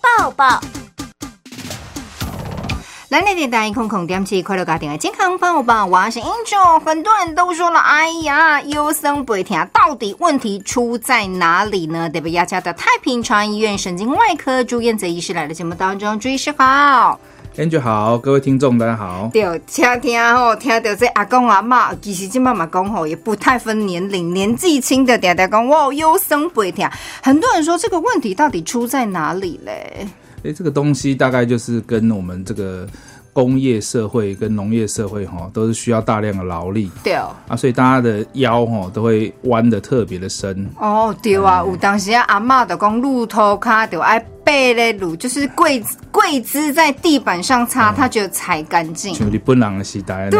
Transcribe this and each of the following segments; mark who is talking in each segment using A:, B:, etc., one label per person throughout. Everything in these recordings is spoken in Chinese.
A: 抱抱。
B: 来，那点单一空空点起快乐家庭的健康抱抱，我是 Angel。很多人都说了，哎呀，优生不会听，到底问题出在哪里呢？得被亚加的太平川医院神经外科朱燕泽医师来到节目当中，朱医师好。
C: Angel 好，各位听众大家好。
B: 对，听听吼，听到这阿公阿嬷，其实这妈妈讲吼，也不太分年龄，年纪轻的嗲嗲讲，哇，优生不会听。很多人说这个问题到底出在哪里嘞？
C: 诶，这个东西大概就是跟我们这个工业社会跟农业社会哈，都是需要大量的劳力
B: 对哦，
C: 啊，所以大家的腰哈都会弯的特别的深。
B: 哦对啊，有当时啊阿嬷就讲路头卡就爱背嘞路，就是跪跪姿在地板上擦，她觉得才干净。
C: 像日本人的时代，
B: 对，，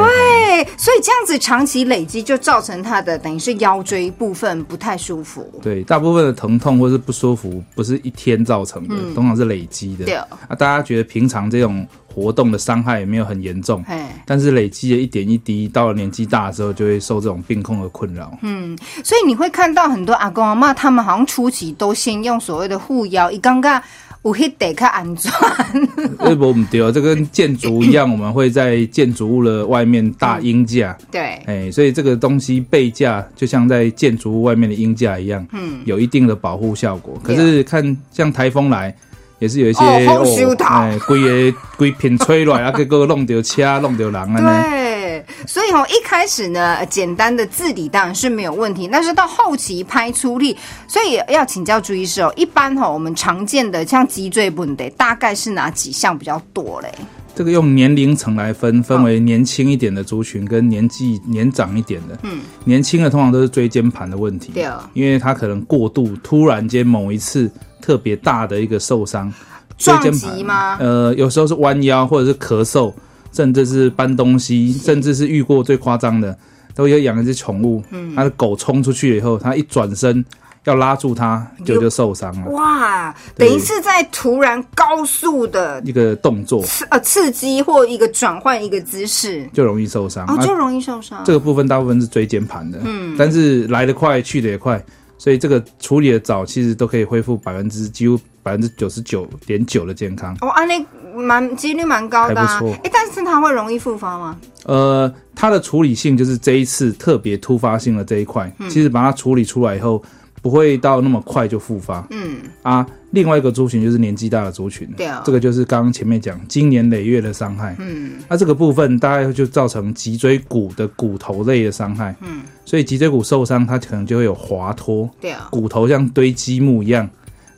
B: 所以这样子长期累积，就造成她的等于是腰椎部分不太舒服。
C: 对，大部分的疼痛或是不舒服，不是一天造成的，通常是累积
B: 嗯
C: 的。
B: 对
C: 啊，大家觉得平常这种活动的伤害也没有很严重，
B: 嘿，
C: 但是累积的一点一滴，到了年纪大之后，就会受这种病痛的困扰。
B: 所以你会看到很多阿公阿嬷，他们好像初期都先用所谓的护腰，一刚刚有迄得较安全。
C: 微博不对哦，这跟建筑一样，我们会在建筑物的外面搭鹰架，
B: 对，
C: 哎、所以这个东西背架就像在建筑物外面的鹰架一样，嗯，有一定的保护效果。可是看像台风来，也是有一些
B: 哦风收头
C: 哎，规个规片吹来，啊，结果弄掉车，弄掉人啊呢。
B: 对，所以哦，一开始呢，呃简单的自理当然是没有问题，但是到后期拍出力，所以要请教朱医师哦。一般哦，我们常见的像脊椎问题，大概是哪几项比较多嘞？
C: 这个用年龄层来分，分为年轻一点的族群跟年纪年长一点的。嗯，年轻的通常都是椎间盘的问题，
B: 对哦
C: 因为他可能过度突然间某一次特别大的一个受伤，椎
B: 撞
C: 间
B: 击
C: 盘
B: 吗？
C: 呃，有时候是弯腰，或者是咳嗽，甚至是搬东西，甚至是遇过最夸张的，都有养一只宠物，
B: 嗯
C: 它的狗冲出去以后，它一转身要拉住它，就就受伤了。
B: 哇，等
C: 对
B: 于是在突然高速的
C: 一个动作
B: 刺呃刺激或一个转换一个姿势，
C: 就容易受伤。
B: 哦，
C: 啊
B: 就容易受伤。
C: 这个部分大部分是椎间盘的，但是来得快，去得也快，所以这个处理的早，其实都可以恢复百分之几乎百分之九十九点九的健康。
B: 哦，安利蛮几率蛮高的、啊
C: 还不错，
B: 哎，但是它会容易复发吗？
C: 呃，它的处理性就是这一次特别突发性的这一块，其实把它处理出来以后，不会到那么快就复发。嗯啊，另外一个族群就是年纪大的族群，
B: 对啊
C: 这个就是刚刚前面讲经年累月的伤害。嗯，那这个部分大概就造成脊椎骨的骨头类的伤害。嗯，所以脊椎骨受伤，它可能就会有滑脱，
B: 对啊，
C: 骨头像堆积木一样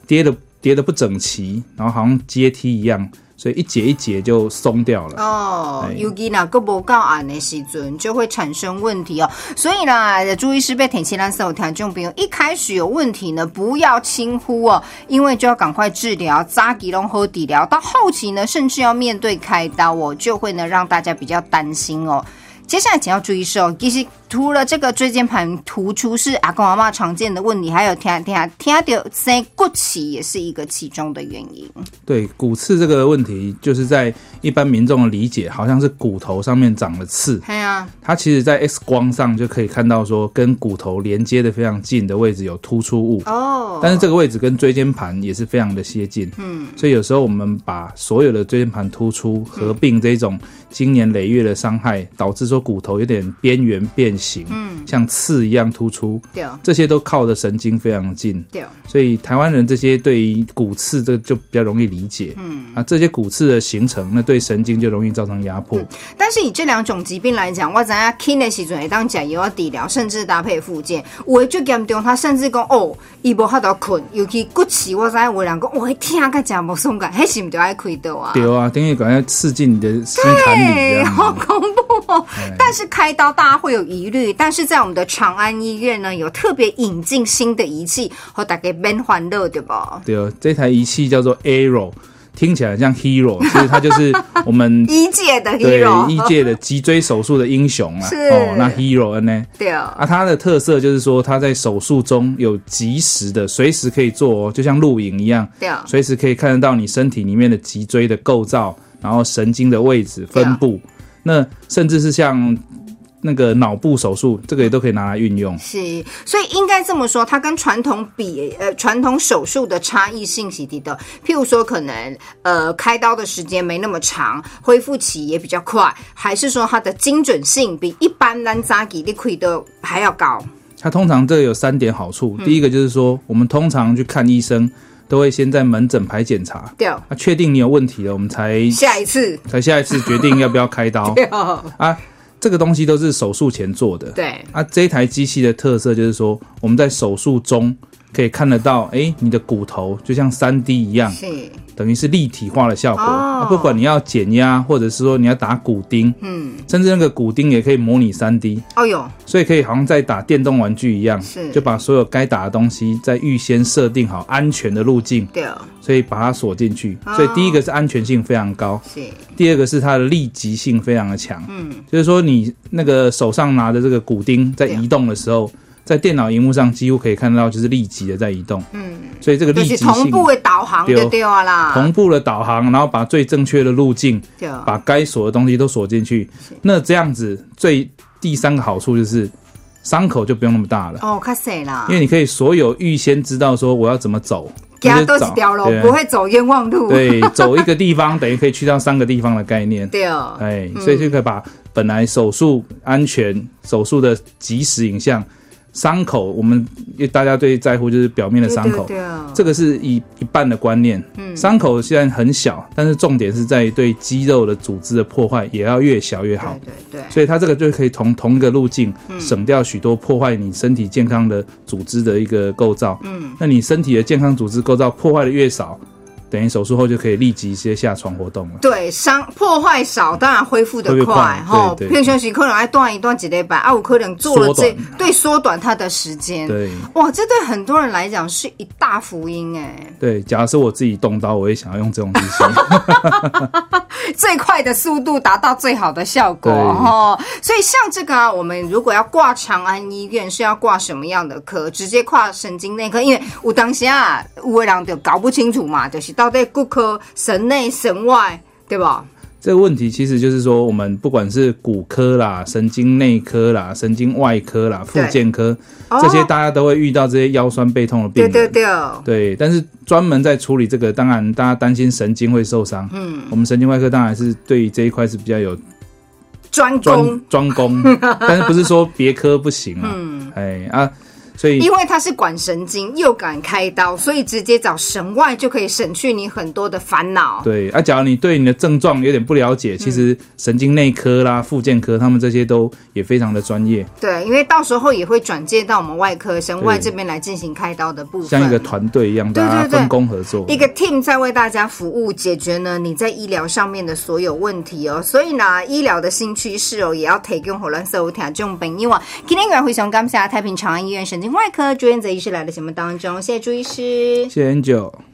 C: 叠的叠的不整齐，然后好像阶梯一样，所以一节一节就松掉了。
B: 哦，
C: 哎
B: 尤其若个无够按的时阵，就会产生问题哦。所以啦，朱医师被天气蓝色有听众朋友一开始有问题呢，不要轻忽哦，因为就要赶快治疗，扎吉隆和底疗，到后期呢，甚至要面对开刀哦，就会呢让大家比较担心哦。接下来请要注意是哦，其实除了这个椎间盘突出是阿公阿妈常见的问题，还有听听听到生骨起也是一个其中的原因。
C: 对骨刺这个问题，就是在一般民众的理解，好像是骨头上面长了刺。
B: 对啊，
C: 它其实，在 X 光上就可以看到，说跟骨头连接的非常近的位置有突出物，
B: 哦，
C: 但是这个位置跟椎间盘也是非常的接近。嗯，所以有时候我们把所有的椎间盘突出合并这种经年累月的伤害，导致说骨头有点边缘变形，嗯，像刺一样突出，
B: 对
C: 这些都靠的神经非常近。
B: 对。
C: 所以台湾人这些对于骨刺这就比较容易理解，嗯啊，这些骨刺的形成，那对神经就容易造成压迫。
B: 但是以这两种疾病来讲，我知影轻的时阵会当食药啊治疗，甚至搭配附件。有的最严重，他甚至讲哦，伊无法度困，尤其骨刺，我知影有的人讲，哦我会疼啊甲真无爽感，迄是毋就爱开刀啊？
C: 对啊，等于赶快刺进你的心坎里这
B: 哎，
C: 样
B: 好
C: 子。
B: 恐怖哦！
C: 哎
B: 但是开刀大家会有疑虑，但是在我们的长安医院呢，有特别引进新的仪器，和大家免欢乐对吧？
C: 对啊，这台仪器叫做 Arrow，听起来很像 Hero，其实它就是 我们
B: 医界的
C: 对
B: hero，哦
C: 医界的脊椎手术的英雄啊。
B: 是
C: 哦，那 Hero 呢？
B: 对哦
C: 啊，它的特色就是说，它在手术中有及时的，随时可以做哦，就像录影一样，
B: 对哦
C: 随时可以看得到你身体里面的脊椎的构造，然后神经的位置分布。那甚至是像那个脑部手术，这个也都可以拿来运用。
B: 是，所以应该这么说，它跟传统比，呃，传统手术的差异性是低的。譬如说，可能呃开刀的时间没那么长，恢复期也比较快，还是说它的精准性比一般咱扎给你亏的还要高？
C: 它通常这有三点好处，
B: 嗯
C: 第一个就是说，我们通常去看医生，都会先在门诊排检查，
B: 对，
C: 啊，确定你有问题了，我们才
B: 下一次，
C: 才下一次决定要不要开刀
B: 对，
C: 啊。这个东西都是手术前做的，
B: 对，
C: 啊，这一台机器的特色就是说，我们在手术中可以看得到，哎，你的骨头就像三 D 一样，
B: 是，
C: 等于是立体化的效果。
B: 哦
C: 啊不管你要减压，或者是说你要打骨钉，
B: 嗯，
C: 甚至那个骨钉也可以模拟三 D，
B: 哦哟，
C: 所以可以好像在打电动玩具一样
B: 是，
C: 就把所有该打的东西在预先设定好安全的路径，
B: 对，
C: 所以把它锁进去。
B: 哦
C: 所以第一个是安全性非常高，
B: 是，
C: 第二个是它的立即性非常的强，嗯，就是说你那个手上拿的这个骨钉在移动的时候，在电脑荧幕上几乎可以看到就是立即的在移动，嗯，所以这个立
B: 就
C: 即
B: 是
C: 性
B: 同步的导航
C: 对
B: 就对啊啦，
C: 同步的导航，然后把最正确的路径，
B: 对，
C: 把该锁的东西都锁进去，那这样子最第三个好处就是伤口就不用那么大了。
B: 哦，卡死啦
C: 因，为你可以所有预先知道说我要怎么走，
B: 家
C: 那
B: 都
C: 就
B: 是
C: 找
B: 条路，
C: 对啊
B: 不会走冤枉路，
C: 对，走一个地方等于可以去到三个地方的概念。
B: 对，啊
C: 哎，所以就可以把本来手术安全、手术的即时影像、伤口，我们因为大家最在乎就是表面的
B: 对
C: 伤口，
B: 对对
C: 这个是一一半的观念。嗯，伤口虽然很小，但是重点是在于对肌肉的组织的破坏也要越小越好。
B: 对对对。
C: 所以它这个就可以同同一个路径，
B: 嗯
C: 省掉许多破坏你身体健康的组织的一个构造。嗯，那你身体的健康组织构造破坏的越少，等于手术后就可以立即接下床活动了。
B: 对，伤破坏少，当然恢复的
C: 恢复
B: 快
C: 快
B: 吼。
C: 对对
B: 平常时可能爱断一断几礼拜，啊，有可能做了这
C: 缩短
B: 对缩短它的时间。
C: 对
B: 哇，这对很多人来讲是一大福音哎，
C: 对，假如是我自己动刀，我也想要用这种机器。
B: 最快的速度达到最好的效果
C: 对
B: 吼。所以像这个啊，我们如果要挂长安医院是要挂什么样的科？直接挂神经内科，因为我当时啊，有的人就搞不清楚嘛，就是到底骨科神内神外，对吧？
C: 这个问题其实就是说，我们不管是骨科啦、神经内科啦、神经外科啦、
B: 对
C: 复健科，
B: 哦
C: 这些大家都会遇到这些腰酸背痛的病
B: 对
C: 人。
B: 对对，
C: 对，但是专门在处理这个，当然大家担心神经会受伤。嗯，我们神经外科当然是对于这一块是比较有
B: 专攻
C: 专。专 攻，但是不是说别科不行啊？嗯，哎啊，所以
B: 因为他是管神经又敢开刀，所以直接找神外就可以省去你很多的烦恼。
C: 对啊，假如你对你的症状有点不了
B: 嗯
C: 解，其实神经内科啦、复健科他们这些都也非常的专业，
B: 对，因为到时候也会转介到我们外科神外
C: 对
B: 这边来进行开刀的部分。
C: 像一个团队一样，
B: 对对
C: 大家
B: 对
C: 分工合作。
B: 一个 team 在为大家服务，解决呢你在医疗上面的所有问题哦。所以呢，医疗的新趋势哦，也要提供互咱所有听众朋友啊。今天我非常感谢太平长安医院神经外科住院泽医师来的节目当中，谢谢朱医师。
C: 谢谢 Angel。